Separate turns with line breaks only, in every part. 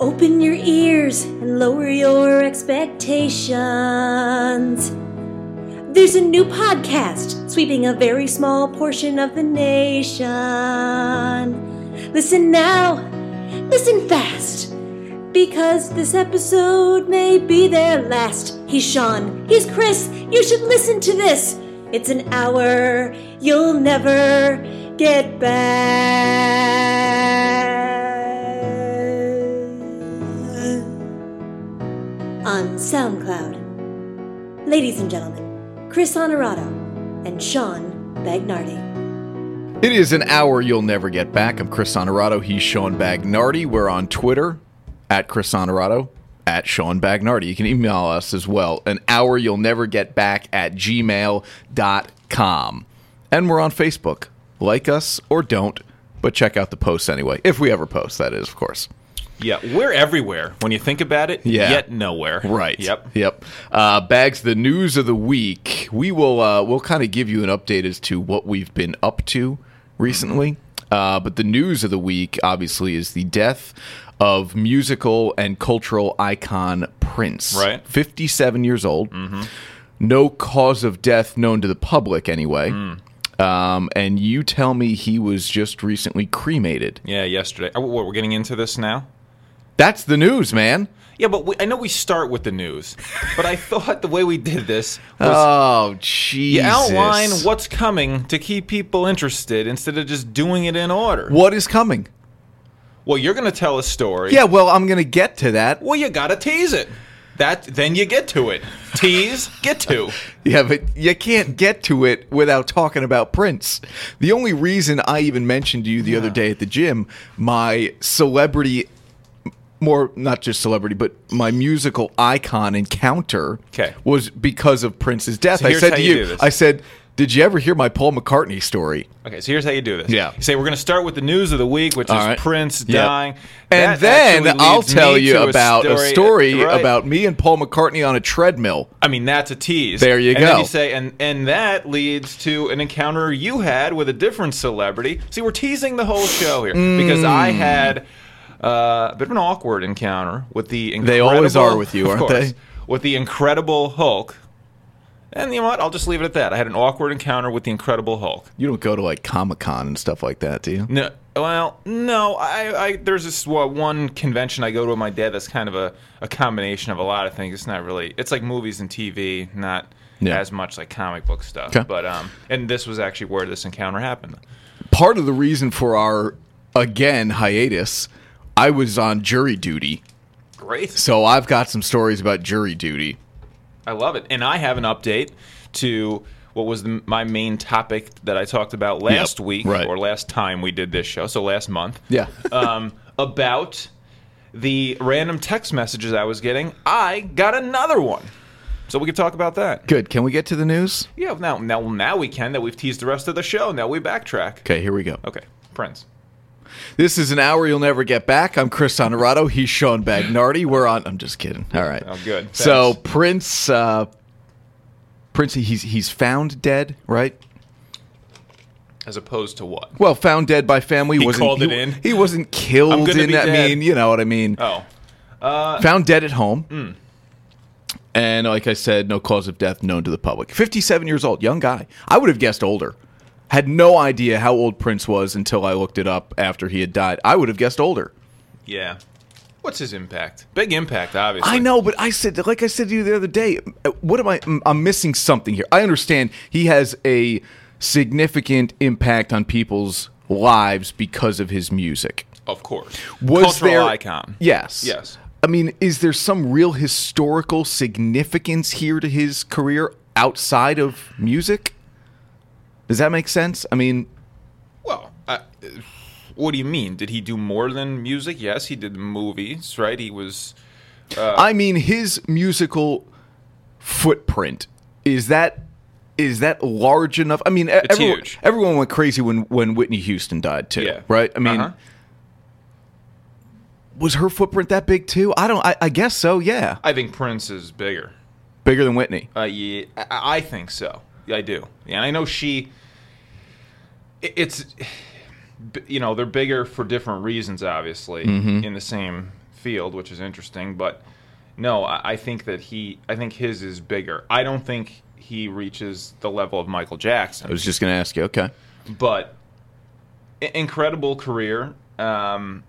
Open your ears and lower your expectations. There's a new podcast sweeping a very small portion of the nation. Listen now, listen fast, because this episode may be their last. He's Sean, he's Chris. You should listen to this. It's an hour you'll never get back on SoundCloud. Ladies and gentlemen, Chris Honorado and Sean Bagnardi.
It is an hour you'll never get back. I'm Chris Honorado. He's Sean Bagnardi. We're on Twitter at Chris Honorado, at Sean Bagnardi. You can email us as well. An hour you'll never get back at gmail.com. And we're on Facebook. Like us or don't, but check out the posts anyway. If we ever post, that is, of course.
Yeah, we're everywhere when you think about it.
Yeah.
Yet nowhere.
Right.
Yep.
Yep. Uh, Bags, the news of the week. We will uh, we'll kind of give you an update as to what we've been up to recently. Uh, but the news of the week, obviously, is the death of musical and cultural icon Prince.
Right. Mm-hmm.
57 years old. No cause of death known to the public, anyway.
Mm.
Um, and you tell me he was just recently cremated.
Yeah. Yesterday. Oh, what, we're getting into this now.
That's the news, man.
Yeah, but we, I know we start with the news, but I thought the way we did this was
Oh, jeez.
you outline what's coming to keep people interested instead of just doing it in order.
what is coming.
Well, you're going to tell a story.
Yeah, well, I'm going to get to that.
Well, you got to tease it. That then you get to it. Tease, get to.
Yeah, but you can't get to it without talking about Prince. The only reason I even mentioned you the other day at the gym, my celebrity, more not just celebrity, but my musical icon encounter
Okay.
was because of Prince's death.
So
I
here's
said
how
to
you
you,
do this.
I said, Did you ever hear my Paul McCartney story?
Okay, so here's how you do this.
Yeah.
You say we're going to start with the news of the week, which
All
is
right.
Prince
Yep.
dying,
And
That
then
actually
I'll
leads
tell
me
you
to
about a story,
right.
about me and Paul McCartney on a treadmill.
I mean, that's a tease.
There you
and Then
go.
you say, and and that leads to an encounter you had with a different celebrity. See, we're teasing the whole show here because I
Mm.
had uh, a bit of an awkward encounter with the. Incredible,
They always are with you,
of
aren't
course,
they?
With the Incredible Hulk. And you know what? I'll just leave it at that. I had an awkward encounter with the Incredible Hulk.
You don't go to like Comic Con and stuff like that, do you?
No, well, no. I, I there's this uh, one convention I go to with my dad. That's kind of a, a combination of a lot of things. It's not really. It's like movies and TV, not
Yeah.
as much like comic book stuff.
'Kay.
But um, and this was actually where this encounter happened.
part of the reason for our again hiatus i was on jury duty
Great,
so i've got some stories about jury duty
I love it. And I have an update to what was the, my main topic that I talked about last week
right.
or last time we did this show. So last month.
yeah
um, about the random text messages I was getting, I got another one. So we could talk about that.
good can we get to the news
Yeah, now now now we can that we've teased the rest of the show. Now we backtrack.
okay here we go
Okay, Prince.
this is an hour you'll never get back i'm chris honorado he's sean bagnardi we're on i'm just kidding all right
Oh, good. Thanks.
so prince uh prince he's he's found dead right
As opposed to what?
well found dead by family
He
wasn't
called it in?
he wasn't killed
I'm gonna
in
be
that
dead.
mean you know what i mean
Oh,
found dead at home. Mm. And like I said, no cause of death known to the public. 57 years old, young guy. I would have guessed older. Had no idea how old Prince was until I looked it up after he had died. I would have guessed older.
yeah. What's his impact? Big impact, obviously.
I know, but I said, like I said to you the other day, what am I? I'm missing something here. I understand he has a significant impact on people's lives because of his music.
Of course.
was
Cultural
there
icon.
Yes.
Yes.
I mean, is there some real historical significance here to his career outside of music? Does that make sense? I mean,
Well, I, what do you mean? Did he do more than music? Yes, he did movies, right? He was Uh,
I mean his musical footprint is that is that large enough? I mean, e- everyone,
huge.
everyone went crazy when when Whitney Houston died too,
Yeah.
right? I mean,
Uh-huh.
was her footprint that big too? I don't. I, I guess so. Yeah,
I think Prince is bigger.
bigger than Whitney.
Uh, yeah, I, I think so. Yeah, I do. Yeah, and I know she. it-
Mm-hmm.
It's, b- you know, they're bigger for different reasons, obviously, in the same field, which is interesting. But no, I, I think that he, I think his is bigger. I don't think he reaches the level of Michael
I
Jackson,
was just going to ask you. Okay.
but i- incredible career. Um,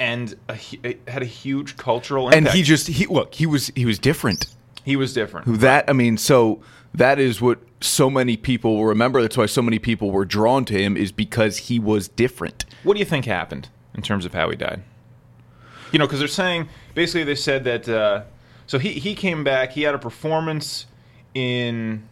and a, hu- it had a huge cultural impact.
And he just he look, he was he was different.
he was different.
That I mean, so that is what so many people will remember. That's why so many people were drawn to him is because he was different.
What do you think happened in terms of how he died? You know, because they're saying basically they said that. Uh, so he he came back. He had a performance in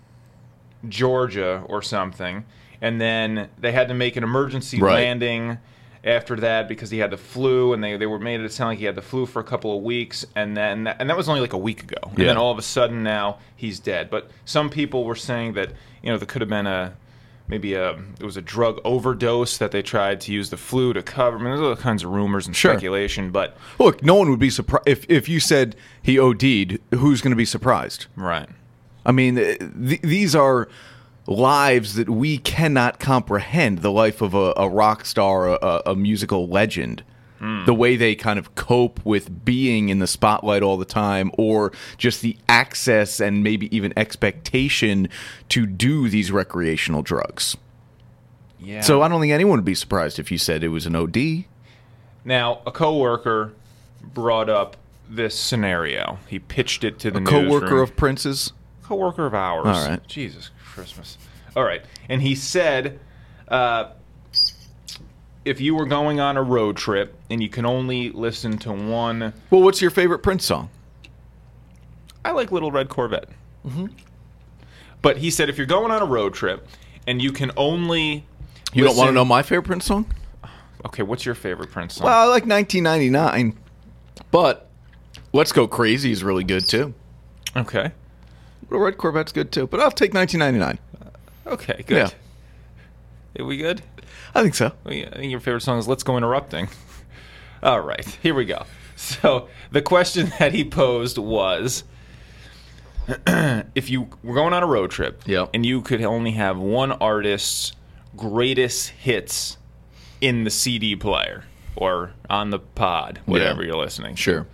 Georgia or something, and then they had to make an emergency
Right.
landing after that because he had the flu, and they they were made it sound like he had the flu for a couple of weeks, and then and that was only like a week ago, and
Yeah.
then all of a sudden now he's dead. But some people were saying that you know there could have been a maybe a it was a drug overdose that they tried to use the flu to cover. I mean, there's all kinds of rumors and
Sure.
speculation, but
Look, no one would be surprised if if you said he OD'd. Who's going to be surprised?
right.
I mean, th- th- these are lives that we cannot comprehend. The life of a, a rock star, a, a musical legend,
Hmm.
the way they kind of cope with being in the spotlight all the time, or just the access and maybe even expectation to do these recreational drugs.
Yeah.
So I don't think anyone would be surprised if you said it was an OD.
Now, a coworker brought up this scenario. He pitched it to the
Co-worker
newsroom.
of Prince's.
coworker of ours.
All right.
Jesus Christmas. All right. And he said, uh, if you were going on a road trip and you can only listen to one,
Well, what's your favorite Prince song?
I like Little Red Corvette. Mm-hmm. But he said, if you're going on a road trip and you can only,
You don't want to
listen-
know my favorite Prince song?
Okay, what's your favorite Prince song?
Well, I like 1999, but Let's Go Crazy is really good too.
okay.
Little Red Corvette's good too, but I'll take 1999.
Okay. Good. Are we good?
I think so.
Well, Oh, yeah, I think your favorite song is Let's Go Interrupting. All right, here we go. So, the question that he posed was if you were going on a road trip
Yep.
and you could only have one artist's greatest hits in the CD player or on the pod, whatever you're listening. to.
Sure.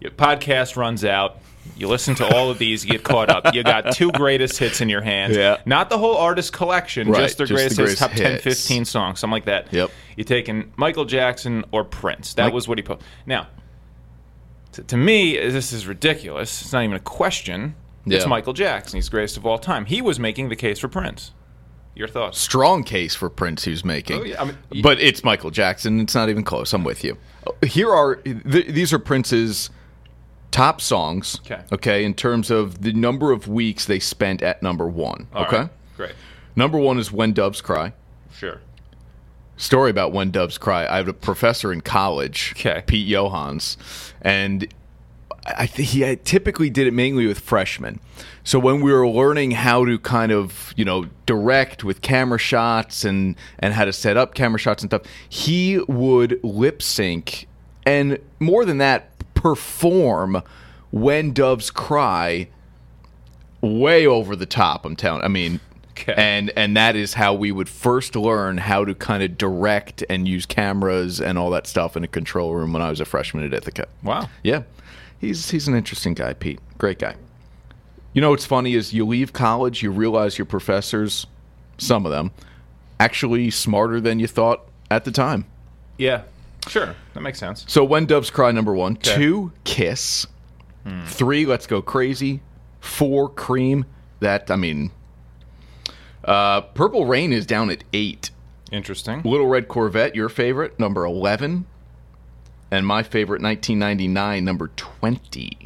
Your podcast runs out. You listen to all of these, you get caught up. You got two greatest hits in your hands.
Yeah.
Not the whole artist collection,
Right,
just their
just the
greatest, hits,
greatest
top 10,
hits.
15 songs, something like that.
Yep.
You're taking Michael Jackson or Prince. That
Mike-
was what he put. Now, to, to me, this is ridiculous. It's not even a question. It's
Yeah.
Michael Jackson. He's the greatest of all time. He was making the case for Prince. Your thoughts?
Strong case for Prince who's making.
Oh, yeah, I mean, y-
but it's Michael Jackson. It's not even close. I'm with you. Here are th- these are Prince's top songs.
Okay.
Okay, in terms of the number of weeks they spent at number 1.
All
okay?
right, Great.
Number 1 is When Doves Cry.
Sure.
story about when doves cry. I had a professor in college,
Okay.
Pete Johans, and I th- he had- typically did it mainly with freshmen. So when we were learning how to kind of you know direct with camera shots and and how to set up camera shots and stuff, he would lip sync and more than that perform when doves cry way over the top. I'm telling. I mean,
Okay.
and and that is how we would first learn how to kind of direct and use cameras and all that stuff in a control room when I was a freshman at Ithaca.
Wow.
Yeah, he's he's an interesting guy, Pete. Great guy. You know what's funny is you leave college, you realize your professors, some of them, actually smarter than you thought at the time.
Yeah. Sure. That makes sense.
So when doves cry, number one,
Okay.
two, kiss, three, let's go crazy, four, cream. That I mean, uh, purple rain is down at eight.
Interesting.
Little red Corvette, your favorite, number eleven, and my favorite, 1999, number twenty.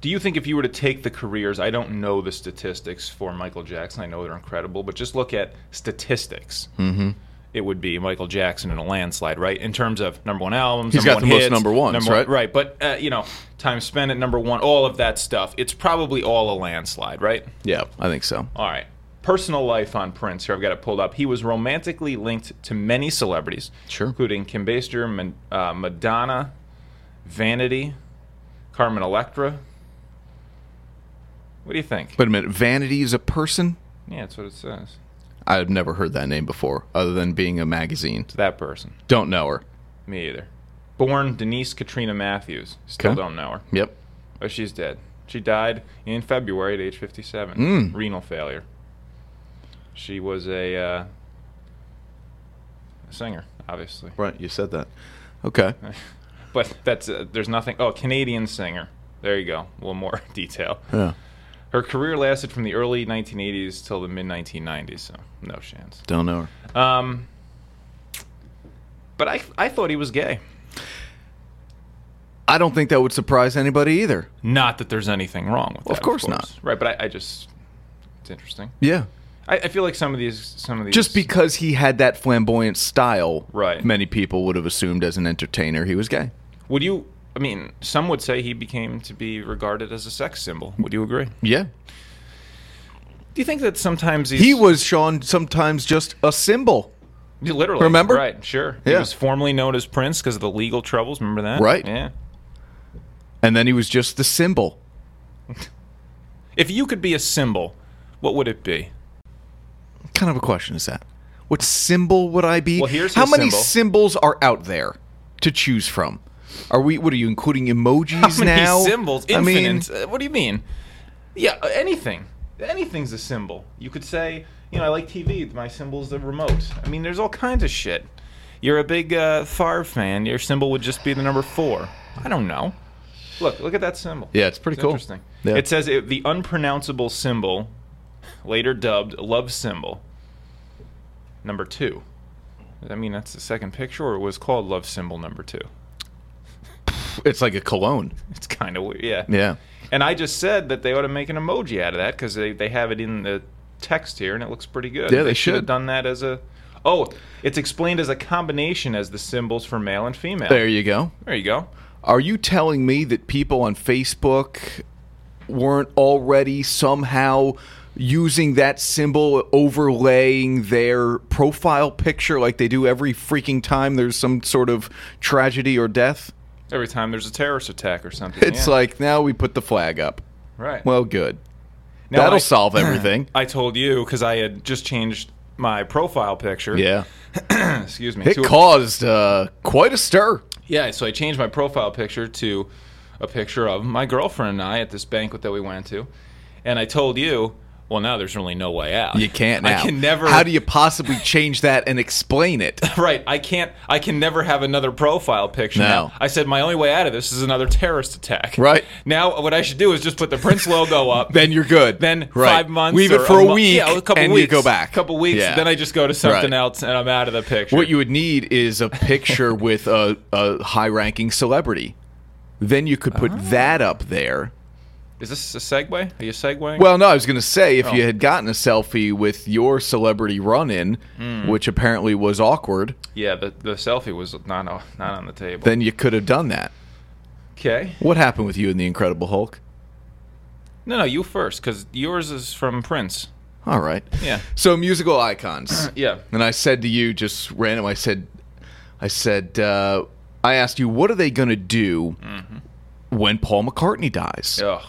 Do you think if you were to take the careers, I don't know the statistics for Michael Jackson. I know they're incredible, but just look at statistics. Mm-hmm. It would be Michael Jackson in a landslide, right? In terms of number one albums,
He's
number
got
one
the most
hits,
number ones, right?
Right, but uh, you know, time spent at number one, all of that stuff. It's probably all a landslide, right?
Yeah, I think so.
All right. Personal life on Prince here. I've got it pulled up. He was romantically linked to many celebrities,
Sure.
including Kim Basinger, Man- uh, Madonna, Vanity, Carmen Electra. What do you think?
Wait a minute, Vanity is a person.
Yeah, that's what it says.
I've never heard that name before, other than being a magazine.
That person.
Don't know her.
Me either. born Denise Katrina Matthews. Still
Okay.
don't know her,
Yep.
but she's dead. She died in February at age 57.
Hmm.
Renal failure. She was a, uh, a singer, obviously.
Right. You said that. Okay.
But that's uh, there's nothing. Oh, Canadian singer. There you go. A little more detail.
Yeah.
Her career lasted from the early 1980s till the mid 1990s. So no chance.
Don't know her.
Um, but I I thought he was gay.
I don't think that would surprise anybody either.
Not that there's anything wrong with that.
Of course not.
Right. But I, I just it's interesting.
Yeah.
I, I feel like some of these some of these
Just because he had that flamboyant style,
Right.
many people would have assumed as an entertainer he was gay.
would you. I mean, some would say he became to be regarded as a sex symbol. Would you agree?
Yeah.
Do you think that sometimes these
He was, Sean, sometimes just a symbol.
Yeah, Literally.
Remember?
Right, sure. He
Yeah.
was formerly known as Prince because of the legal troubles. Remember that?
Right.
Yeah.
And then he was just the symbol.
If you could be a symbol, what would it be?
What kind of a question is that? What symbol would I be?
Well, here's
How
his
many
symbol.
symbols are out there to choose from? Are we? What are you including emojis
How many
now?
symbols?
I mean-
Infinite. Uh, what do you mean? Yeah, uh, anything. Anything's a symbol. You could say, you know, I like TV. My symbol's the remote. I mean, there's all kinds of shit. You're a big uh, Favre fan. Your symbol would just be the number four. I don't know. Look, look at that symbol.
Yeah, it's pretty cool.
Interesting.
Yeah.
It says it, the unpronounceable symbol, later dubbed love symbol, number two. I mean, that's the second picture, or it was called love symbol number two.
It's like a cologne.
It's kind of weird. Yeah.
Yeah.
And I just said that they ought to make an emoji out of that because they, they have it in the text here and it looks pretty good.
Yeah, they
have
should.
done that as a. Oh, it's explained as a combination as the symbols for male and female.
There you go.
There you go.
Are you telling me that people on Facebook weren't already somehow using that symbol overlaying their profile picture like they do every freaking time there's some sort of tragedy or death?
Every time there's a terrorist attack or something.
It's
yeah.
like now we put the flag up.
Right.
Well, good.
Now
That'll
I-
solve everything.
I told you because I had just changed my profile picture.
yeah.
Excuse me.
It
to a-
caused uh, quite a stir.
Yeah, so I changed my profile picture to a picture of my girlfriend and I at this banquet that we went to. And I told you, well, now there's really no way out.
You can't now.
I can never.
How do you possibly change that and explain it?
Right, I can't. I can never have another profile picture.
No.
Now. I said my only way out of this is another terrorist attack.
Right.
now, what I should do is just put the Prince logo up.
Then you're good.
Then
Right.
five months.
Leave
or
it for a,
mo-
week.
Yeah, a couple
and
weeks.
you go back.
couple weeks.
Yeah.
Then I just go to something
Right.
else, and I'm out of the picture.
What you would need is a picture with a, a high-ranking celebrity. Then you could put
Ah.
that up there.
is this a segue? Are you segueing?
Well, no, I was going to say if
Oh.
you had gotten a selfie with your celebrity run-in,
Hmm.
which apparently was awkward,
yeah. The, the selfie was not on, not on the table.
then you could have done that.
okay.
What happened with you and the Incredible Hulk?
No, no, you first, because yours is from Prince.
All right.
Yeah.
So musical icons.
Yeah.
And I said to you, just random. I said, I said, uh, I asked you, what are they going to do when Paul McCartney dies?
Ugh.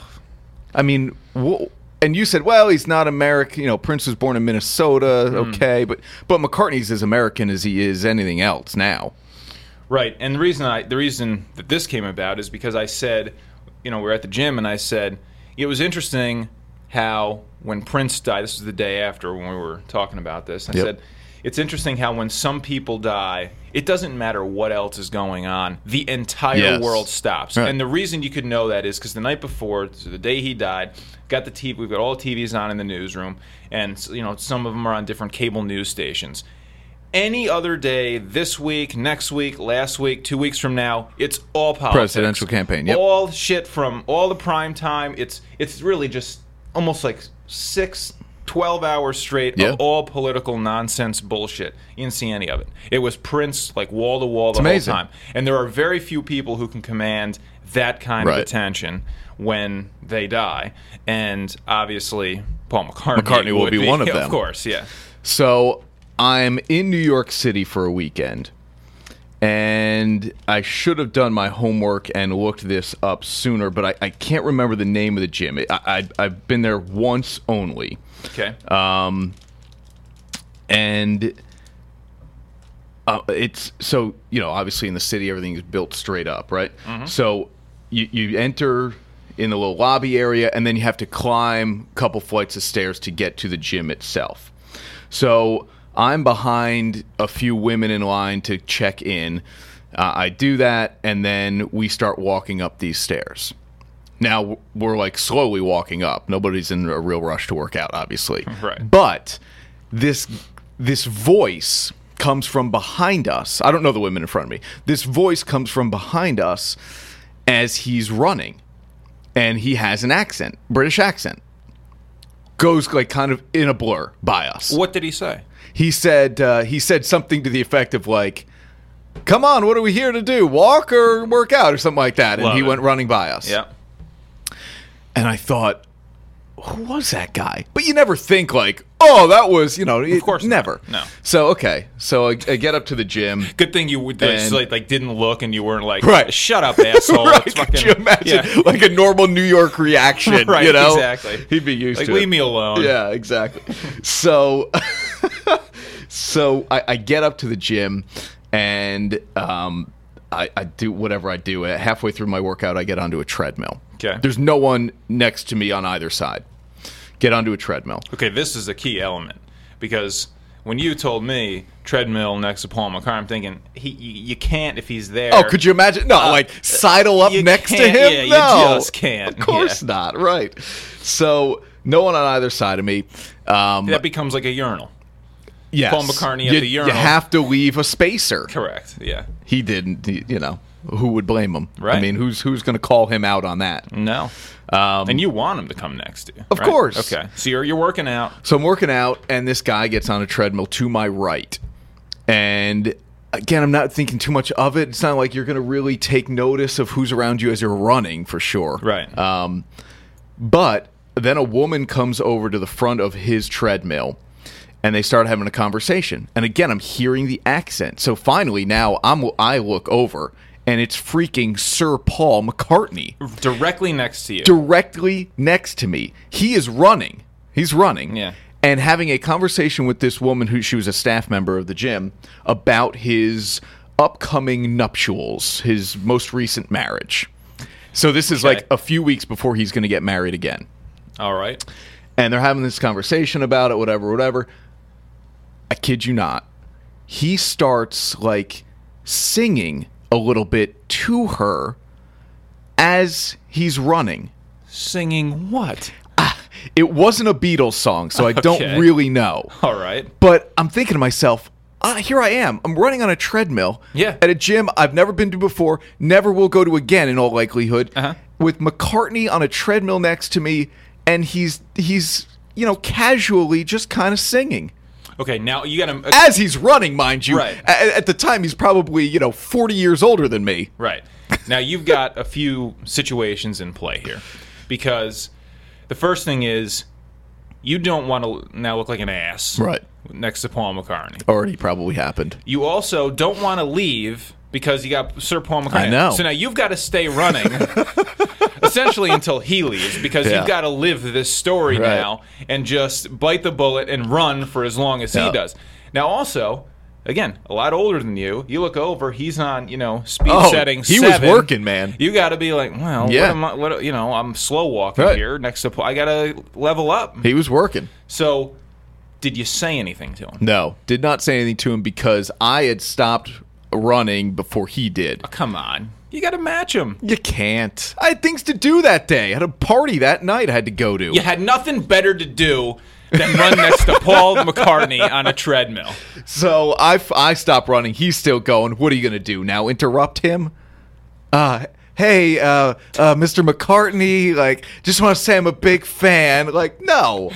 I mean, wh- and you said, well, he's not American. You know, Prince was born in Minnesota. Okay, but but McCartney's as American as he is anything else now.
Right, and the reason I the reason that this came about is because I said, you know, we were at the gym, and I said it was interesting how when Prince died, this was the day after when we were talking about this. I
Yep.
said it's interesting how when some people die, it doesn't matter what else is going on, the entire
Yes.
world stops.
Right.
And the reason you could know that is because the night before, so the day he died, got the TV. We've got all the TVs on in the newsroom, and you know some of them are on different cable news stations any other day this week, next week, last week, two weeks from now, it's all politics.
Presidential campaign, yep.
All shit from all the prime time. It's it's really just almost like six, 12 hours straight
Yeah.
of all political nonsense bullshit. You didn't see any of it. It was Prince like wall to wall the
amazing.
whole time. And there are very few people who can command that kind of
Right.
attention when they die. And obviously Paul McCartney,
McCartney will
would
be one of them.
Of course, yeah.
So I'm in New York City for a weekend, and I should have done my homework and looked this up sooner, but I, I can't remember the name of the gym. I, I, I've been there once only
Okay.
and uh, it's so you know obviously in the city everything is built straight up right so you, you enter in the little lobby area and then you have to climb a couple flights of stairs to get to the gym itself so i'm behind a few women in line to check in uh, i do that and then we start walking up these stairs now we're like slowly walking up. Nobody's in a real rush to work out, obviously.
Right.
But this this voice comes from behind us. I don't know the women in front of me. This voice comes from behind us as he's running, and he has an accent, British accent. Goes like kind of in a blur by us.
What did he say?
He said uh, he said something to the effect of like. Come on, what are we here to do? Walk or work out or something like that. And
Love
he
it.
went running by us.
Yeah.
And I thought, who was that guy? But you never think like, oh, that was you know, of
course not.
never.
No.
So okay, so I, I get up to the gym.
Good thing you would
And-
like, like, didn't look and you weren't like
Right.
shut up asshole.
right?
It's
Could you imagine
yeah.
like a normal New York reaction?
Right,
You know,
exactly.
He'd be used
Like,
to
leave
it.
me alone.
Yeah, exactly. so, so I, I get up to the gym, and um, I, I do whatever I do. Halfway through my workout, I get onto a treadmill.
Okay.
There's no one next to me on either side. Get onto a treadmill.
Okay, this is a key element because when you told me treadmill next to Paul McCartney, I'm thinking he you, you can't if he's there. Uh,
Oh, could you imagine? No, like sidle up
you
next to
can't-
him.
yeah, you
no,
just can't,
Of course
yeah.
not. Right. So no one on either side of me. Um,
That becomes like a urinal.
yes.
Paul McCartney at
you,
the
you
urinal.
have to leave a spacer.
Correct. Yeah.
He didn't. he- you know, who would blame him? I
Right.
mean, who's who's going to call him out on that?
No.
Um,
And you want him to come next to you.
Of
right?
course.
Okay. So you're you're working out.
So I'm working out, and this guy gets on a treadmill to my right. And again, I'm not thinking too much of it. It's not like you're going to really take notice of who's around you as you're running, for sure.
Right.
Um, but then a woman comes over to the front of his treadmill. And they start having a conversation. And again, I'm hearing the accent. So finally, now I'm I look over, and it's freaking Sir Paul McCartney
Directly next to you.
directly next to me. He is running. He's running.
Yeah.
And having a conversation with this woman who she was a staff member of the gym about his upcoming nuptials, his most recent marriage. So this is
Okay.
like a few weeks before he's going to get married again.
All right.
And they're having this conversation about it, whatever, whatever. I kid you not. He starts like singing a little bit to her as he's running.
Singing what?
It wasn't a Beatles song, so I
Okay.
don't really know.
All right.
But I'm thinking to myself, ah, here I am. I'm running on a treadmill
Yeah.
at a gym I've never been to before, never will go to again in all likelihood,
Uh-huh.
with McCartney on a treadmill next to me, and he's he's you know casually just kind of singing
Okay. Now you got to
as he's running, mind you.
Right.
A- At, the time, he's probably you know 40 years older than me.
Right. Now you've got a few situations in play here because the first thing is you don't want to now look like an ass
Right.
next to Paul McCartney.
Already probably happened.
You also don't want to leave because you got Sir Paul McCartney.
I know.
So now you've got to stay running essentially until he leaves because
Yeah.
you've got to live this story
Right.
now and just bite the bullet and run for as long as
Yeah.
he does. Now also Again, a lot older than you. You look over; he's on, you know, speed
Oh,
setting.
he was
seven.
working, man.
You got to be like, well,
Yeah.
what am I, what, you know, I'm slow walking
Right.
here next to, Paul. I got to level up.
He was working.
So, did you say anything to him?
No, did not say anything to him because I had stopped running before he did.
Come on. You got to match him.
You can't. I had things to do that day. I had a party that night I had to go to.
You had nothing better to do than run next to Paul McCartney on a treadmill.
So I, f- I stopped running. He's still going. What are you going to do now? Interrupt him? Uh, hey, uh, uh, Mr. McCartney, like, just want to say I'm a big fan. Like, no.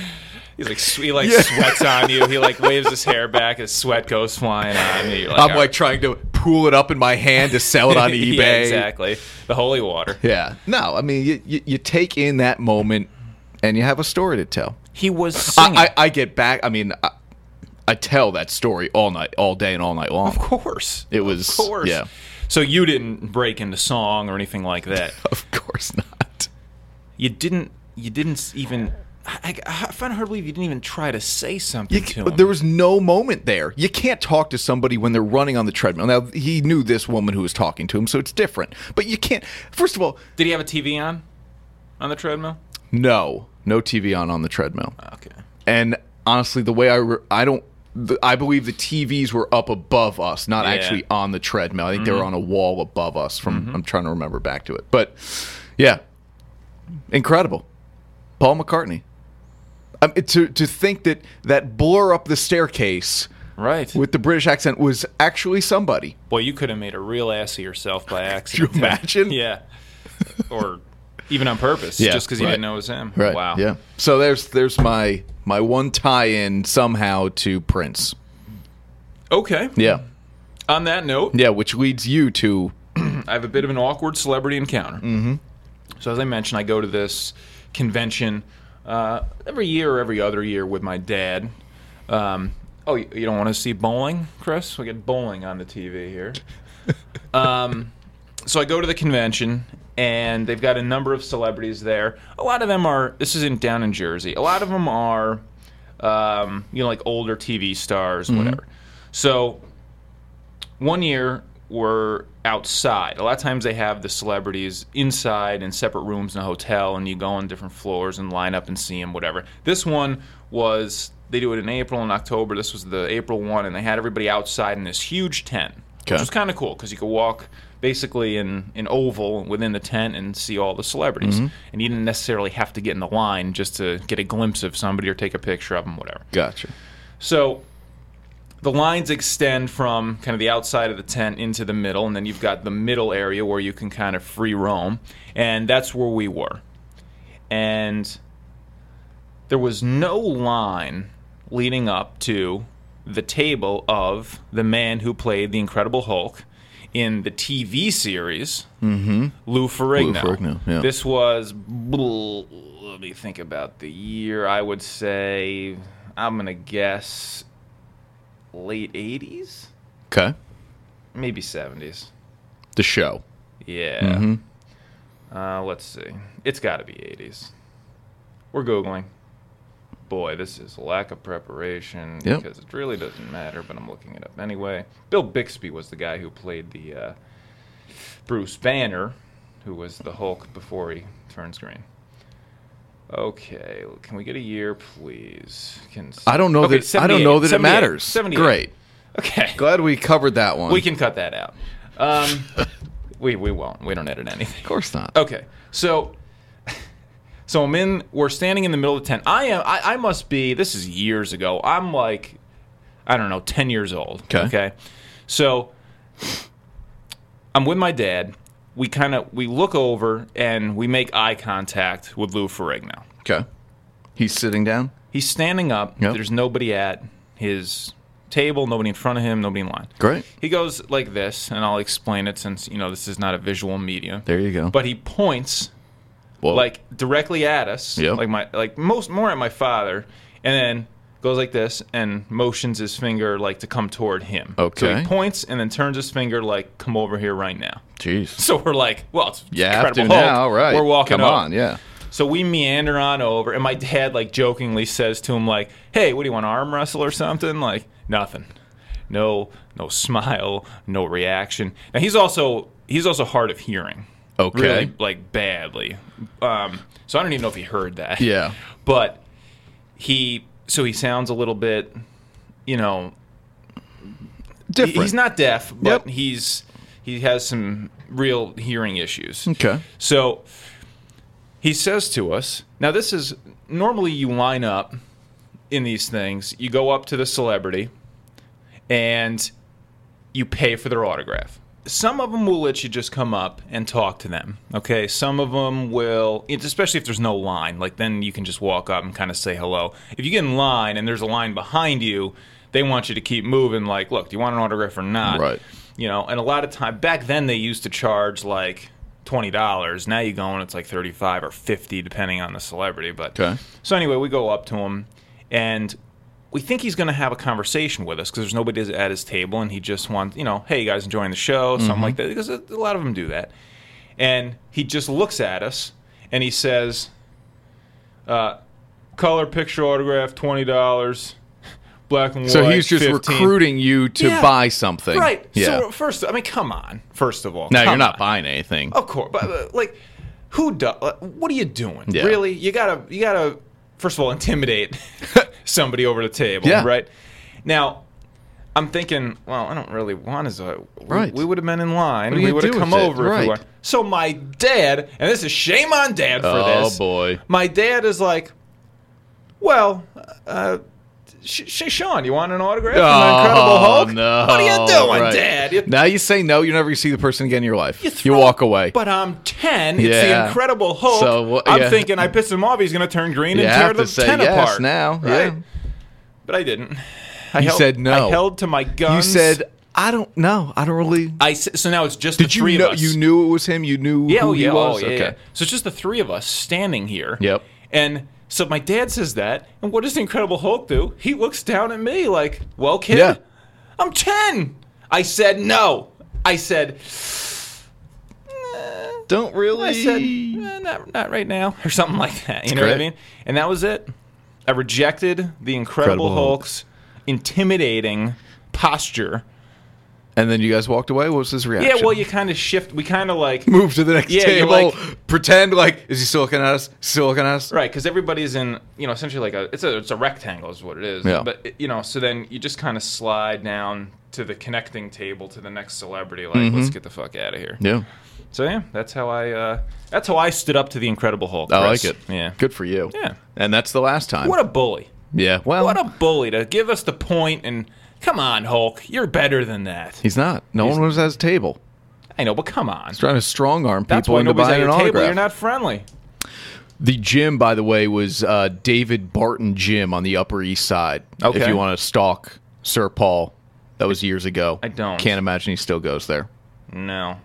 He's like, sw- he like sweats on you. He like waves his hair back. His sweat goes flying on you. You're
I'm
all
like trying to pool it up in my hand to sell it on
right.
eBay.
Yeah, exactly. The holy water.
Yeah. No, I mean, you, you, you take in that moment and you have a story to tell.
He was singing.
I, I, I get back. I mean, I, I tell that story all night, all day, and all night long.
of course.
It was,
Of course.
yeah,
So you didn't break into song or anything like that.
of course not.
you didn't you didn't even I, I, I find it hard to believe you didn't even try to say something
You,
to
ca-
him.
there was no moment there. You can't talk to somebody when they're running on the treadmill. Now he knew this woman who was talking to him, so it's different. But you can't. First of all,
Did he have a TV on? On the treadmill?
no, no TV on on the treadmill.
Okay.
And honestly, the way I re- I don't. The, I believe the TVs were up above us, not
Yeah. Mm-hmm.
actually on the treadmill. I think they were on a wall above us. From I'm trying to remember back to it, but yeah, incredible. Paul McCartney. Um, to to think that that blur up the staircase
Right.
with the British accent was actually somebody.
Boy, you could have made a real ass of yourself by
Could you
accident.
imagine?
yeah. Or even on purpose,
Yeah,
just because you
right.
didn't know it was him.
Right.
Wow.
Yeah. So there's there's my my one tie-in somehow to Prince.
Okay.
Yeah.
On that note,
Yeah, which leads you to
I have a bit of an awkward celebrity encounter. Mm-hmm. So, as I mentioned, I go to this convention uh, every year or every other year with my dad. Um, oh, you, you don't want to see bowling, Chris? We get bowling on the TV here. um, so, I go to the convention, and they've got a number of celebrities there. A lot of them are, this is in down in Jersey, a lot of them are, um, you know, like older TV stars, whatever. So, one year were outside. A lot of times they have the celebrities inside in separate rooms in a hotel, and you go on different floors and line up and see them, whatever. This one was they do it in April and October. This was the April one, and they had everybody outside in this huge tent,
Okay.
which was kind of cool because you could walk basically in an oval within the tent and see all the celebrities, and you didn't necessarily have to get in the line just to get a glimpse of somebody or take a picture of them, whatever.
Gotcha.
So the lines extend from kind of the outside of the tent into the middle, and then you've got the middle area where you can kind of free roam, and that's where we were. And there was no line leading up to the table of the man who played the Incredible Hulk in the TV series, Lou Ferrigno.
Mm-hmm. Lou Ferrigno, yeah.
This was, let me think about the year. I would say, I'm going to guess late 80s,
Okay.
maybe 70s.
The show.
Yeah.
Mm-hmm.
Uh, let's see. It's got to be 80s. We're Googling. Boy, this is lack of preparation
Yep.
because it really doesn't matter, but I'm looking it up anyway. Bill Bixby was the guy who played the uh, Bruce Banner, who was the Hulk before he turns green. Okay, can we get a year, please? Can
I don't know
Okay,
that I don't know that it
78,
matters.
78.
Great.
Okay.
Glad we covered that one.
We can cut that out. Um, we we won't. We don't edit anything.
Of course not.
Okay, so so I'm in. We're standing in the middle of the tent. I am. I, I must be. This is years ago. I'm like, I don't know, ten years old.
'Kay.
Okay. So I'm with my dad. We kind of we look over and we make eye contact with Lou Ferrigno.
Okay. He's sitting down.
He's standing up.
Yep.
There's nobody at his table. Nobody in front of him. Nobody in line.
Great.
He goes like this, and I'll explain it since you know this is not a visual medium.
There you go.
But he points
Well,
like directly at us,
Yep.
like my like most more at my father, and then goes like this and motions his finger like to come toward him. So
Okay.
he points and then turns his finger like come over here right now.
jeez.
So we're like, well, it's
You have
incredible
to
Hulk.
now, right?
We're walking
Come
up.
on, yeah.
So we meander on over, and my dad like jokingly says to him like, "Hey, what do you want arm wrestle or something?" Like nothing, no, no smile, no reaction. And he's also he's also hard of hearing,
Okay.
really like badly. Um, so I don't even know if he heard that.
Yeah.
but he so he sounds a little bit, you know, he-
Different.
he's not deaf, but
Yep.
he's he has some real hearing issues.
Okay.
So he says to us, now this is normally you line up in these things, you go up to the celebrity and you pay for their autograph. Some of them will let you just come up and talk to them. Okay. Some of them will, it's especially if there's no line, like then you can just walk up and kind of say hello. If you get in line and there's a line behind you, they want you to keep moving. Like, look, do you want an autograph or not?
Right.
You know, and a lot of time back then they used to charge like twenty dollars. Now you go and it's like thirty five or fifty, depending on the celebrity. But
Okay.
so anyway, we go up to him and we think he's going to have a conversation with us because there's nobody at his table and he just wants, you know, hey, you guys enjoying the show,
Mm-hmm.
something like that. Because a a lot of them do that. And he just looks at us and he says, uh, Color picture autograph twenty dollars. Black and white.
So he's just
15.
recruiting you to
Yeah.
buy something.
Right.
Yeah.
So first, I mean, come on. First of all,
now you're
come
not
on.
buying anything.
Of course, but uh, like, who does? What are you doing?
Yeah.
Really, you gotta, you gotta. First of all, intimidate somebody over the table,
Yeah.
right? Now, I'm thinking, well, I don't really want his. Uh, we,
Right.
We would have been in line.
do
We
you
would have
do
come
with it?
over if
Right.
we were. So my dad, and this is shame on dad for
Oh,
this.
boy.
My dad is like, well. uh Sh- Sh- Sean, you want an autograph? from the Incredible Hulk?
Oh, no.
What are you doing,
Right.
Dad? You
now you say no, you never see the person again in your life. You,
throw-
walk away.
But I'm 10. It's
Yeah.
the Incredible Hulk.
So, wha- yeah.
I'm thinking I pissed him off. He's going to turn green
you
and tear
have
the
to say
10
yes
apart.
now.
Right?
Yeah.
But I didn't. I
You
held,
said no.
I held to my
You
guns.
said I don't know. I don't really.
I s- so now it's just
Did
the
you
three
know
of us.
you knew it was him? You knew
yeah,
who
oh,
he
yeah,
was.
oh, yeah,
okay.
yeah. So it's just the three of us standing here.
Yep.
And so my dad says that, and what does the Incredible Hulk do? He looks down at me like, "Well, kid,
Yeah.
I'm 10." I said no. I said
Don't really.
I said, "Eh, not, not right now, or something like that. You know what I
great.
mean? And that was it. I rejected the Incredible,
Incredible Hulk.
Hulk's intimidating posture.
and then you guys walked away. What was his reaction?
Yeah, well, you kind of shift. We kind of like
move to the next
Yeah, you're
table.
like-
pretend like is he still looking at us? Still looking at us?
right because everybody's in you know essentially like a it's a it's a rectangle is what it is.
Yeah.
But you know, so then you just kind of slide down to the connecting table to the next celebrity. Like, let's get the fuck out of here.
Mm-hmm. Yeah.
So yeah, that's how I uh, that's how I stood up to the Incredible Hulk.
I
Chris.
like it.
Yeah.
Good for you.
Yeah.
And that's the last time.
What a bully.
yeah. Well,
What a bully to give us the point and come on, Hulk, you're better than that.
he's not. No one was at his table.
I know, but come on.
Trying to strong arm people
That's why
into
nobody's at
buying
your
an
table.
autograph.
You're not friendly.
The gym, by the way, was uh, David Barton Gym on the Upper East Side. If
Okay.
you want to stalk Sir Paul, that was years ago.
I don't.
Can't imagine he still goes there.
No.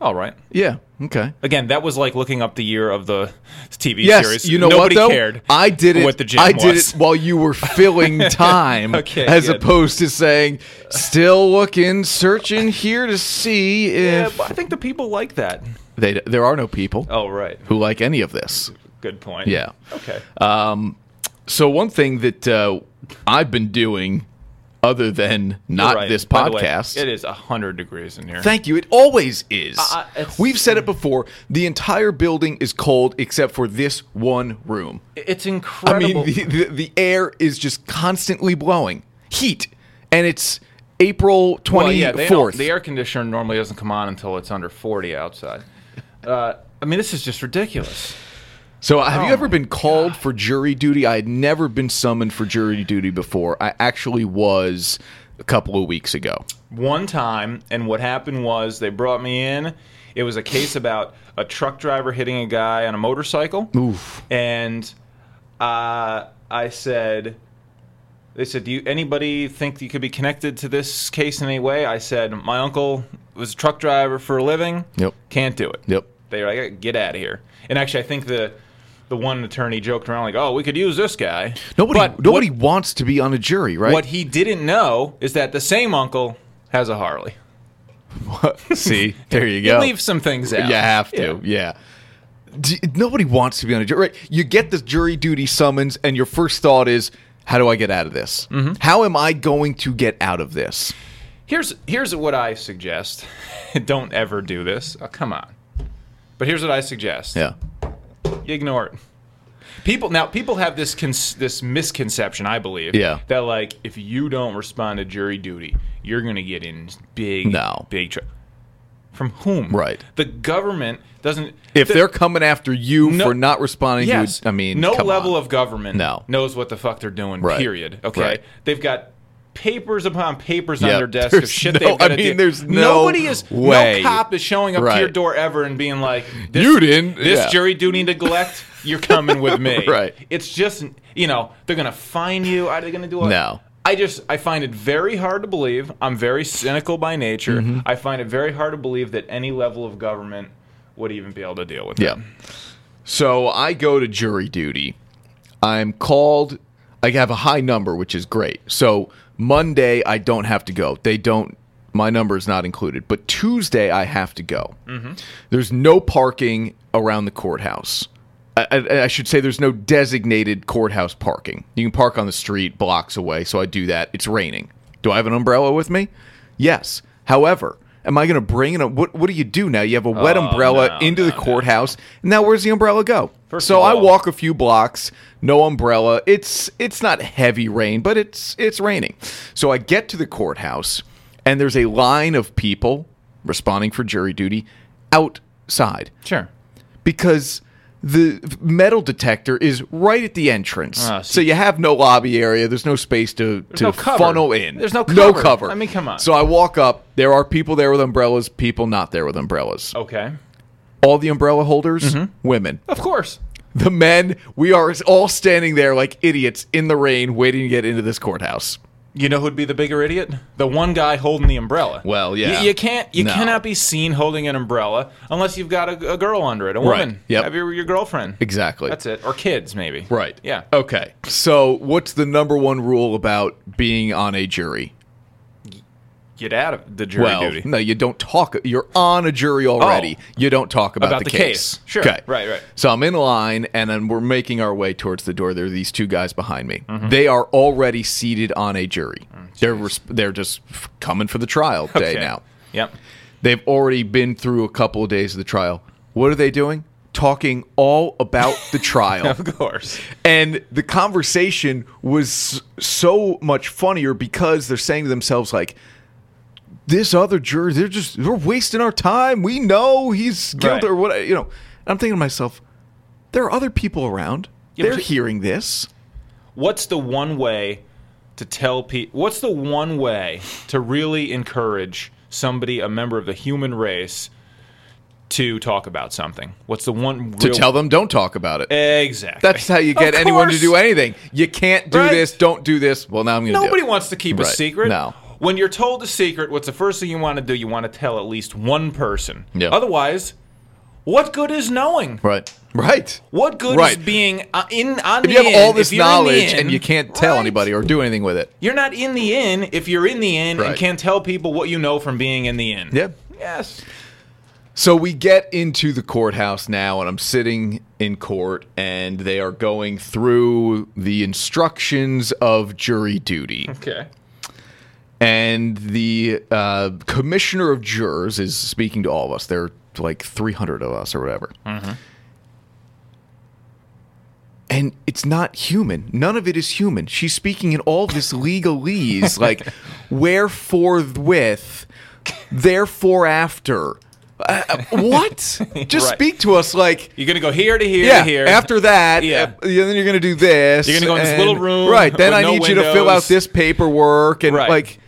All right.
Yeah. Okay.
Again, that was like looking up the year of the TV
Yes,
series.
you know
Nobody
what though?
cared.
I did it.
What the gym
I did
was.
it while you were filling time,
Okay,
as
good.
opposed to saying, "Still looking, searching here to see
Yeah,
if
but I think the people like that.
they." There are no people
Oh, right.
who like any of this.
Good point.
Yeah. Uh,
Okay.
So one thing that uh, I've been doing, other than
You're
not
right.
this
By the way,
podcast,
it is 100 degrees in here.
Thank you. It always is.
Uh, uh, it's-
We've said it before. The entire building is cold except for this one room.
it's
I mean,
incredible.
the, the, the air is just constantly blowing heat, and it's April
Well,
twenty
yeah, they
fourth.
don't- the air conditioner normally doesn't come on until it's under 40 outside. Uh, I mean, this is just ridiculous.
so, uh, have you
Oh
ever
my
been called for jury duty? I had never been summoned for jury duty before. I actually was a couple of weeks ago.
one time, and what happened was they brought me in. It was a case about a truck driver hitting a guy on a motorcycle.
Oof.
And uh, I said, they said, do you, anybody think you could be connected to this case in any way? I said, my uncle was a truck driver for a living.
Yep.
Can't do it.
Yep.
They were like, get out of here. And actually, I think the the one attorney joked around like, oh, we could use this guy.
Nobody,
But what-
nobody wants to be on a jury, right?
what he didn't know is that the same uncle has a Harley.
See, there you
You
go.
leave some things out.
You have to, yeah. D- nobody wants to be on a jury. Right? You get the jury duty summons, and your first thought is, "How do I get out of this? How am I going to get out of this?"
Here's here's what I suggest. Don't ever do this. Oh, come on. But here's what I suggest.
Yeah,
You ignore it. People now people have this cons- this misconception, I believe.
Yeah.
That like if you don't respond to jury duty, you're gonna get in big
No.
big tr- from whom?
Right.
The government doesn't
if
the-
they're coming after you
No-
for not responding,
Yes.
to, a- I mean,
no
come
level
on.
of government
No.
knows what the fuck they're doing.
Right.
Period. Okay,
Right.
they've got papers upon papers
Yep.
on their desk
There's
of shit
no-
they've got
I
to
mean,
do.
there's no
nobody is
way.
no cop is showing up
Right.
to your door ever and being like, this,
You didn't.
this
Yeah.
jury duty neglect. You're coming with me.
Right.
It's just you know they're gonna fine you. Are they gonna do all
No.
I just I find it very hard to believe. I'm very cynical by nature.
Mm-hmm.
I find it very hard to believe that any level of government would even be able to deal with
Yeah.
that.
So I go to jury duty. I'm called. I have a high number, which is great. So Monday, I don't have to go. They don't. My number is not included. But
Mm-hmm.
Tuesday, I have to go. There's no parking around the courthouse. I, I, I should say there's no designated courthouse parking. You can park on the street blocks away, so I do that. It's raining. Do I have an umbrella with me? Yes. However, am I going to bring it? What What do you do now? You have a wet
Oh,
umbrella
no,
into the
no, no.
courthouse. Now, where's the umbrella go?
First
so
of
I
all-
walk a few blocks, no umbrella. It's it's not heavy rain, but it's it's raining. So I get to the courthouse, and there's a line of people responding for jury duty outside
Sure.
because the metal detector is right at the entrance.
Ah,
so
so
you have no lobby area. There's no space to, to
no cover.
funnel in.
There's no
No
cover.
cover.
I mean, come on.
So I walk up. There are people there with umbrellas, people not there with umbrellas.
Okay.
All the umbrella holders,
Mm-hmm.
women.
Of course.
The men, we are all standing there like idiots in the rain waiting to get into this courthouse.
You know who'd be the bigger idiot? The one guy holding the umbrella.
Well, yeah.
You, you can't. You
No.
cannot be seen holding an umbrella unless you've got a, a girl under it, a
Right.
woman.
Yep.
Have your, your girlfriend.
Exactly.
That's it. Or kids, maybe.
Right.
Yeah.
Okay. So, what's the number one rule about being on a jury?
Get out of the jury
well,
duty.
no, you don't talk. You're on a jury already.
Oh.
You don't talk about,
About the
case.
case. Sure.
Okay.
Right, right.
So I'm in line, and then we're making our way towards the door. There are these two guys behind me.
Mm-hmm.
They are already seated on a jury. they're res- they're just f- coming for the trial day
Mm, Okay.
now.
Yep.
They've already been through a couple of days of the trial. What are they doing? Talking all about the trial.
Of course.
And the conversation was s- so much funnier because they're saying to themselves, like, this other jury, they're just, they're wasting our time. We know he's guilty
Right.
or what, you know. And I'm thinking to myself, there are other people around.
Yeah,
they're
but-
hearing this.
What's the one way to tell people? What's the one way to really encourage somebody, a member of the human race, to talk about something? What's the one
To
real-
tell them, don't talk about it.
Exactly.
That's how you
Of
get anyone to do
course.
anything. You can't do
Right.
this, don't do this. Well, now I'm going to do it.
Nobody wants to keep
Right.
a secret.
No.
When you're told a secret, what's the first thing you want to do? You want to tell at least one person.
Yeah.
Otherwise, what good is knowing?
Right. Right.
What good
Right.
is being uh, in on
If you
the
have all
end,
this
if you're in the
knowledge
end-
and you can't tell
Right.
anybody or do anything with it.
You're not in the inn if you're in the inn
Right.
and can't tell people what you know from being in the inn.
Yeah.
Yes.
So we get into the courthouse now, and I'm sitting in court, and they are going through the instructions of jury duty.
Okay.
And the uh, commissioner of jurors is speaking to all of us. There are like 300 of us or whatever. And it's not human. None of it is human. She's speaking in all this legalese, like wherefore with, therefore after. Uh, uh, what? Just
Right.
speak to us like
You're gonna go here to here
yeah.
to here.
After that,
Yeah.
uh, then you're gonna do this.
You're gonna go in this
and-
little room
right? Then
with
I
no
need you to fill out
windows.
this paperwork and
Right.
like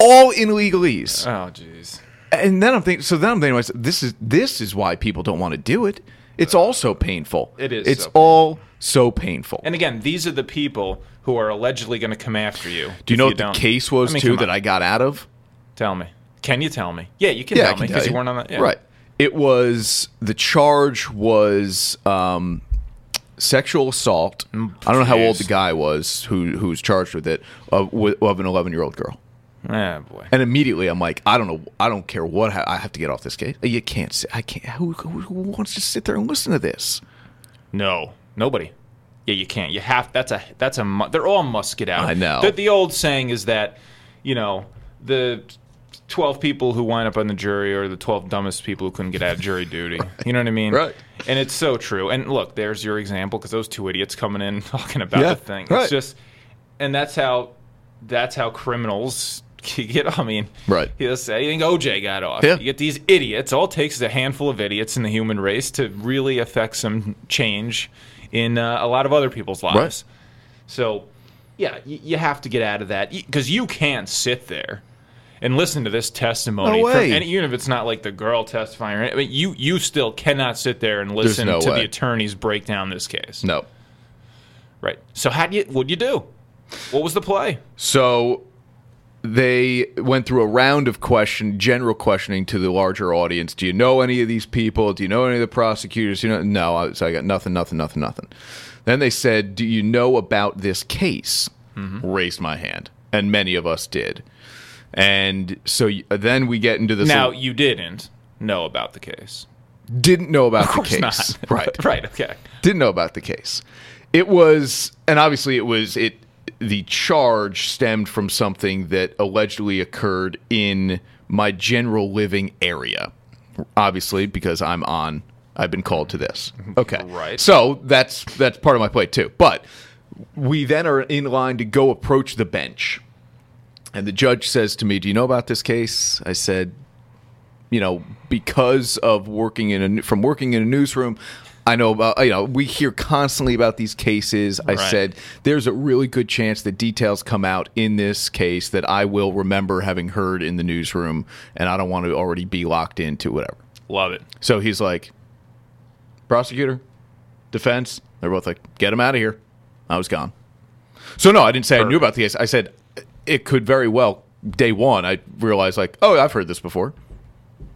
all in legalese.
Oh jeez.
and then I'm thinking. So then I'm thinking, to myself, this is this is why people don't want to do it. It's all so painful.
It is
It's
so painful.
all so painful.
And again, these are the people who are allegedly gonna come after you.
do you
if
know what the
don't.
case was
I mean,
too
come
that
on.
I got out of?
tell me? Can you tell me? Yeah, you can
Yeah, I
tell
can
me
tell
because you
you.
weren't on that. yeah.
Right. It was the charge was um, sexual assault. I don't know how old
Mm, jeez.
the guy was who who was charged with it of, wi- of an 11 year old girl.
Ah boy.
And immediately I'm like, I don't know, I don't care what ha- I have to get off this case. You can't sit. I can't. Who, who, who wants to sit there and listen to this?
No, nobody. Yeah, you can't. You have. That's a. That's a. mu- They're all must get out.
I know.
The, the old saying is that, you know, the twelve people who wind up on the jury are the twelve dumbest people who couldn't get out of jury duty. You know what I mean?
Right.
And it's so true. And look, there's your example because those two idiots coming in talking about
Yeah,
the thing.
right.
It's just, and that's how, that's how criminals get. I mean,
Right.
You just say, you think OJ got off.
Yeah.
You get these idiots. All it takes is a handful of idiots in the human race to really affect some change in uh, a lot of other people's lives. So, yeah, you, you have to get out of that because you can't sit there and listen to this testimony.
No way.
From, and even if it's not like the girl testifying, or- I mean, you you still cannot sit there and listen
no
to
way.
the attorneys break down this case.
No.
Right. So, how do you? What do you do? What was the play?
So they went through a round of question, general questioning to the larger audience. Do you know any of these people? Do you know any of the prosecutors? You know, no. I, so I got nothing, nothing, nothing, nothing. Then they said, "Do you know about this case?"
Mm-hmm.
Raised my hand, and many of us did. And so y- then we get into this.
now
little-
you didn't know about the case.
didn't know about
Of course
the case.
not.
Right.
right. Okay.
didn't know about the case. It was, and obviously it was it. The charge stemmed from something that allegedly occurred in my general living area. Obviously, because I'm on, I've been called to this. Okay,
Right.
So that's that's part of my plate too. But we then are in line to go approach the bench, and the judge says to me, "Do you know about this case?" I said, you know, because of working in a from working in a newsroom, I know about you know we hear constantly about these cases. I
Right.
said there's a really good chance that details come out in this case that I will remember having heard in the newsroom, and I don't want to already be locked into whatever.
Love it.
So he's like, prosecutor, defense. They're both like, get him out of here. I was gone. So no, I didn't say I knew
Perfect.
about the case. I said it could very well. Day one, I realized like, oh, I've heard this before.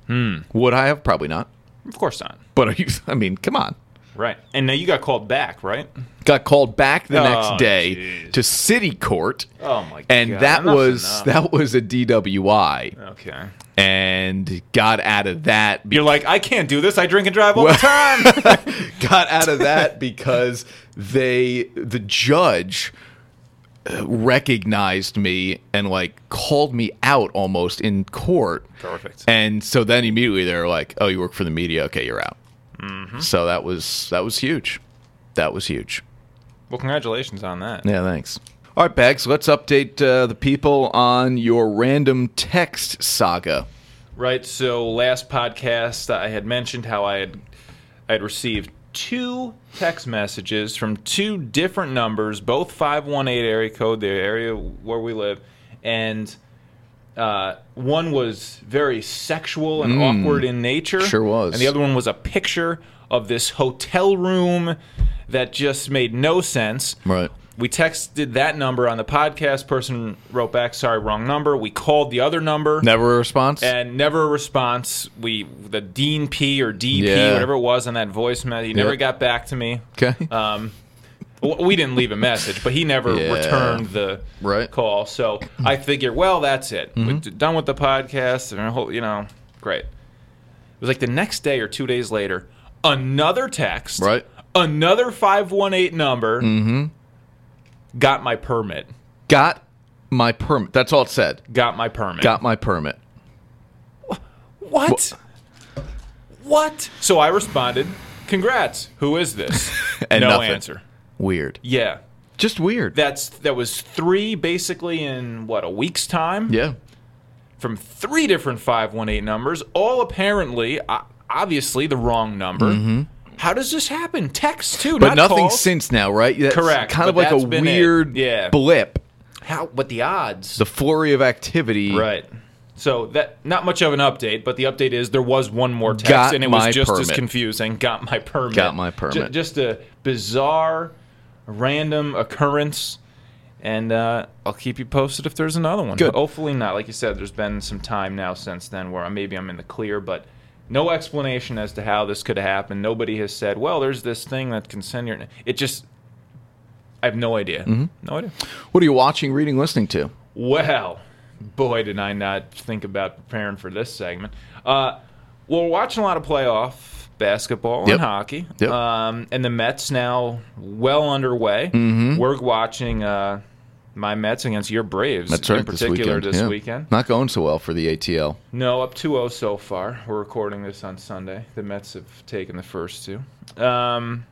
Hmm.
Would I have? Probably not.
Of course not.
But are you, I mean, come on.
Right. And now you got called back, right?
Got called back the
Oh,
next day
jeez.
to city court.
Oh, my
And
God.
that
Enough's
was
enough.
that was a DWI,
Okay.
and got out of that
You're like, I can't do this. I drink and drive all the time.
got out of that because they the judge uh, recognized me and like called me out almost in court.
Perfect.
And so then immediately they're like, "Oh, you work for the media. Okay, you're out." So that was that was huge. That was huge.
Well, congratulations on that.
Yeah, thanks. All right, Bags, let's update uh, the people on your random text saga.
Right. So last podcast, I had mentioned how I had I had received two text messages from two different numbers, both five one eight area code, the area where we live, and uh, one was very sexual and awkward in nature.
Hmm. Sure was.
And the other one was a picture of this hotel room that just made no sense.
Right.
We texted that number on the podcast. Person wrote back, "Sorry, wrong number." We called the other number
Never a response.
and never a response. We the Dean P or DP,
Yeah.
whatever it was on that voicemail, you never
Yep.
got back to me.
okay.
Well, We didn't leave a message, but he never
Yeah.
returned the
Right. Mm-hmm.
call. So I figured, well, that's it. We're d- done with the podcast, and our whole- you know, great. It was like the next day or two days later, another text,
Right. Mm-hmm.
Another five one eight number got my permit.
got my permit. That's all it said.
Got my permit.
Got my permit.
What? What? So I responded, "Congrats. Who is this?"
And
no
nothing.
answer.
Weird.
Yeah.
Just weird.
That's that was 3 basically in what, a week's time?
yeah.
From 3 different 518 numbers, all apparently o- obviously the wrong number. How does this happen? Text too,
Mm-hmm. But
not
nothing
calls.
since now, right? That's
Correct,
Kind of
but
like a
that's been it.
weird
Yeah.
blip.
How but the odds.
The flurry of activity.
right. So that not much of an update, but the update is there was one more text
Got
and it
my
was just as
permit.
confusing. Got my permit.
Got my permit.
Ju- just a bizarre, random occurrence, and uh, I'll keep you posted if there's another one.
Good.
Hopefully not. Like you said, there's been some time now since then where I- maybe I'm in the clear, but no explanation as to how this could have happened. Nobody has said, "Well, there's this thing that can send your." It just, I have no idea.
Mm-hmm.
No idea.
What are you watching, reading, listening to?
Well, boy, did I not think about preparing for this segment. Uh, well, we're watching a lot of playoff basketball
Yep.
and hockey,
Yep.
um, and the Mets now well underway.
Mm-hmm.
We're watching uh, my Mets against your Braves in particular this
yeah.
weekend.
Not going so well for the ATL.
No, up 2-0 so far. We're recording this on Sunday. The Mets have taken the first two. Um,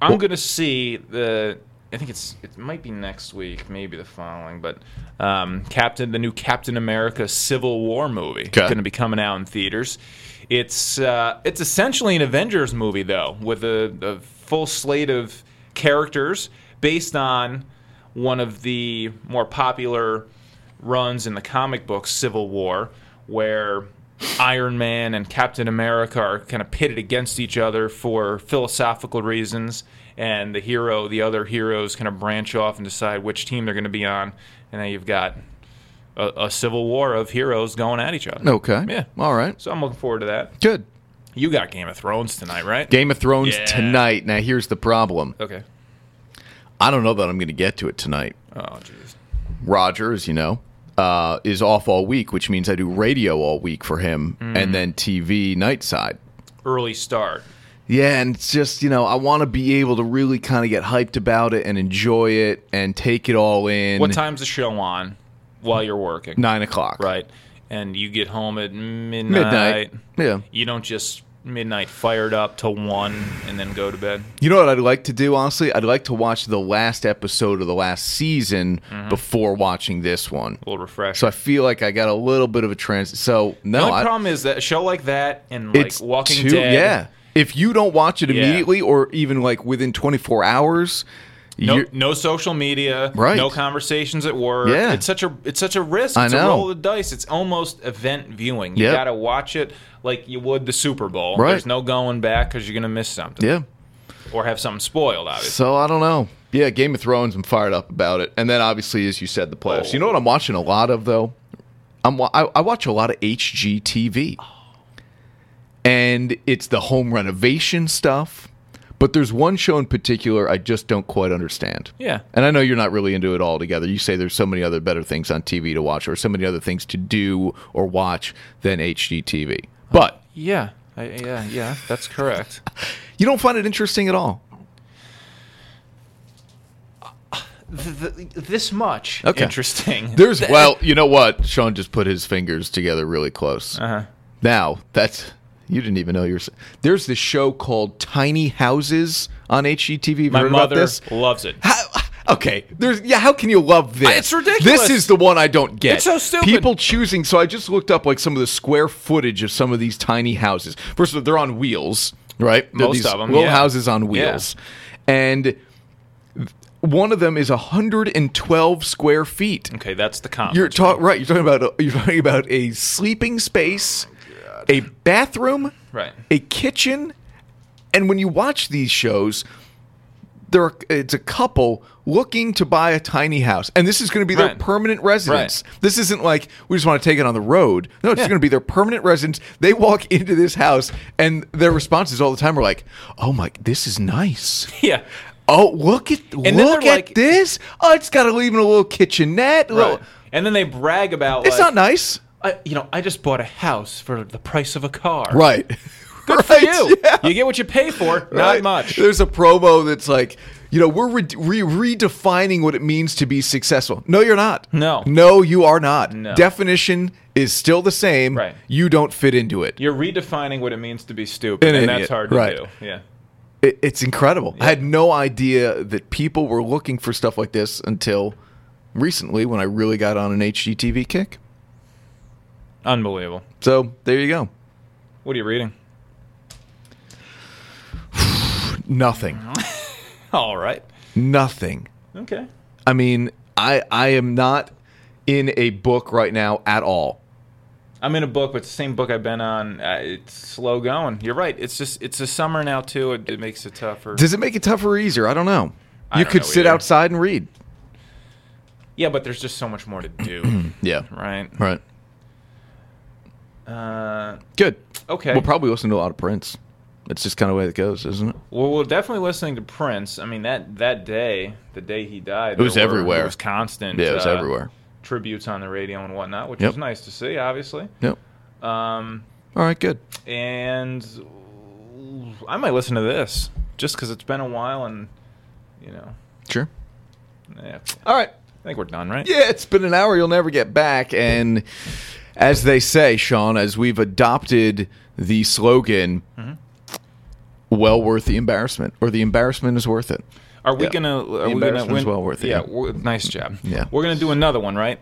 I'm going to see the. I think it's it might be next week, maybe the following, but um, Captain the new Captain America Civil War movie
Okay.
going to be coming out in theaters. It's uh, it's essentially an Avengers movie though, with a, a full slate of characters based on one of the more popular runs in the comic book Civil War, where Iron Man and Captain America are kind of pitted against each other for philosophical reasons, and the hero, the other heroes, kind of branch off and decide which team they're going to be on, and then you've got a, a civil war of heroes going at each other.
Okay.
Yeah.
All right.
So I'm looking forward to that.
Good.
You got Game of Thrones tonight, right?
Game of Thrones
Yeah.
tonight. Now, here's the problem.
okay.
I don't know that I'm going to get to it tonight.
Oh, jeez.
Roger, as you know, uh, is off all week, which means I do radio all week for him,
Mm.
and then TV night side.
Early start.
Yeah, and it's just, you know, I want to be able to really kind of get hyped about it and enjoy it and take it all in.
What time's the show on while you're working?
Nine o'clock.
Right. And you get home at midnight.
Midnight. Yeah.
You don't just midnight fired up till one and then go to bed.
You know what I'd like to do, honestly? I'd like to watch the last episode of the last season
Mm-hmm.
before watching this one.
A little refresh.
So I feel like I got a little bit of a trans. So,
the
no,
only
I,
problem is that a show like that and like
it's
Walking
too-
Dead.
Yeah. If you don't watch it
Yeah.
immediately or even like within 24 hours,
No,
you're-
no social media.
Right.
No conversations at work.
Yeah.
It's such a it's such a risk.
I
It's
know.
a roll of the dice. It's almost event viewing. You
Yep.
got to watch it like you would the Super Bowl.
Right.
There's no going back because you're gonna miss something
yeah.
or have something spoiled. Obviously.
So I don't know. Yeah, Game of Thrones. I'm fired up about it. And then obviously, as you said, the playoffs.
Oh.
You know what I'm watching a lot of though. I'm wa- I, I watch a lot of HGTV, and it's the home renovation stuff. But there's one show in particular I just don't quite understand.
Yeah.
And I know you're not really into it altogether. You say there's so many other better things on TV to watch, or so many other things to do or watch than HGTV. But
Yeah. I, yeah. Yeah. That's correct.
you don't find it interesting at all.
th- th- this much
Okay.
interesting.
There's well, you know what? Sean just put his fingers together really close. Uh-huh. Now that's you didn't even know you were. s- There's this show called Tiny Houses on HGTV. Have you
My
heard about
mother
this?
loves it.
How- okay, there's yeah. How can you love this?
Uh, It's ridiculous.
This is the one I don't get.
It's so stupid.
People choosing. So I just looked up like some of the square footage of some of these tiny houses. First of all, they're on wheels, right? They're
Most
these
of 'em,
little
yeah.
houses on wheels, and one of them is 112 square feet.
Okay, that's the comp.
You're talking right. You're talking about a, you're talking about a sleeping space, a bathroom,
Oh Right.
a kitchen, and when you watch these shows, there are, it's a couple looking to buy a tiny house, and this is going to be their
Right.
permanent residence. This isn't like we just want to take it on the road. No, it's going to be their permanent residence. They walk into this house, and their responses all the time are like, "Oh my, this is nice."
yeah.
Oh, look at
then
look
they're
at
like-
this! Oh, it's got to leave in a little kitchenette.
Right.
little-
And then they brag about
it's
like,
not nice.
I, you know, I just bought a house for the price of a car.
Right. Good
For you. You get what you pay for, not much.
There's a promo that's like, you know, we're re- re- redefining what it means to be successful. No, you're not.
No.
No, you are not.
No.
Definition is still the same.
Right.
You don't fit into it.
You're redefining what it means to be stupid,
An
and
idiot,
that's hard to
right.
do. Yeah.
It- it's incredible. I had no idea that people were looking for stuff like this until recently when I really got on an HGTV kick.
Unbelievable.
So there you go.
What are you reading?
Nothing.
Mm-hmm. All right.
Nothing.
Okay.
I mean, I I am not in a book right now at all.
I'm in a book, but it's the same book I've been on. Uh, it's slow going. You're right. It's just it's a summer now too. It, it makes it tougher.
Does it make it tougher or easier? I don't know.
I
you
don't
could
know
sit
either.
outside and read.
yeah, but there's just so much more to do,
Yeah.
right?
Right.
Uh,
Good.
okay.
We'll probably listen to a lot of Prince. It's just kind of the way it goes, isn't it?
Well, we're definitely listening to Prince. I mean that that day, the day he died,
was
there were-
everywhere.
It was constant.
Yeah, it was
uh,
everywhere.
Tributes on the radio and whatnot, which
Yep.
was nice to see, obviously.
Yep.
Um,
All right. Good.
and I might listen to this just because it's been a while, and you know,
Sure.
yeah,
All right.
I think we're done, right?
Yeah, it's been an hour. You'll never get back. And as they say, Sean, as we've adopted the slogan,
Mm-hmm.
well worth the embarrassment, or the embarrassment is worth it.
Are we
Yeah.
gonna? Are we gonna?
embarrassment is
Win?
well worth it,
Yeah.
yeah.
we're- nice job.
Yeah.
We're gonna do another one, right?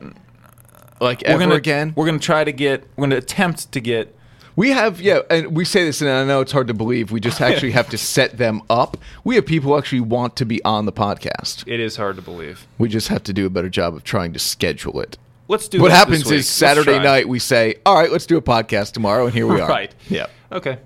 Like
We're
ever
gonna,
again.
We're gonna try to get. We're gonna attempt to get.
We have, yeah, and we say this, and I know it's hard to believe. We just actually have to set them up. We have people who actually want to be on the podcast.
It is hard to believe.
We just have to do a better job of trying to schedule it.
Let's do.
what
this this
happens
week.
is
Let's
Saturday
try.
night we say, "All right, let's do a podcast tomorrow," and here we are.
Right.
Yeah.
Okay.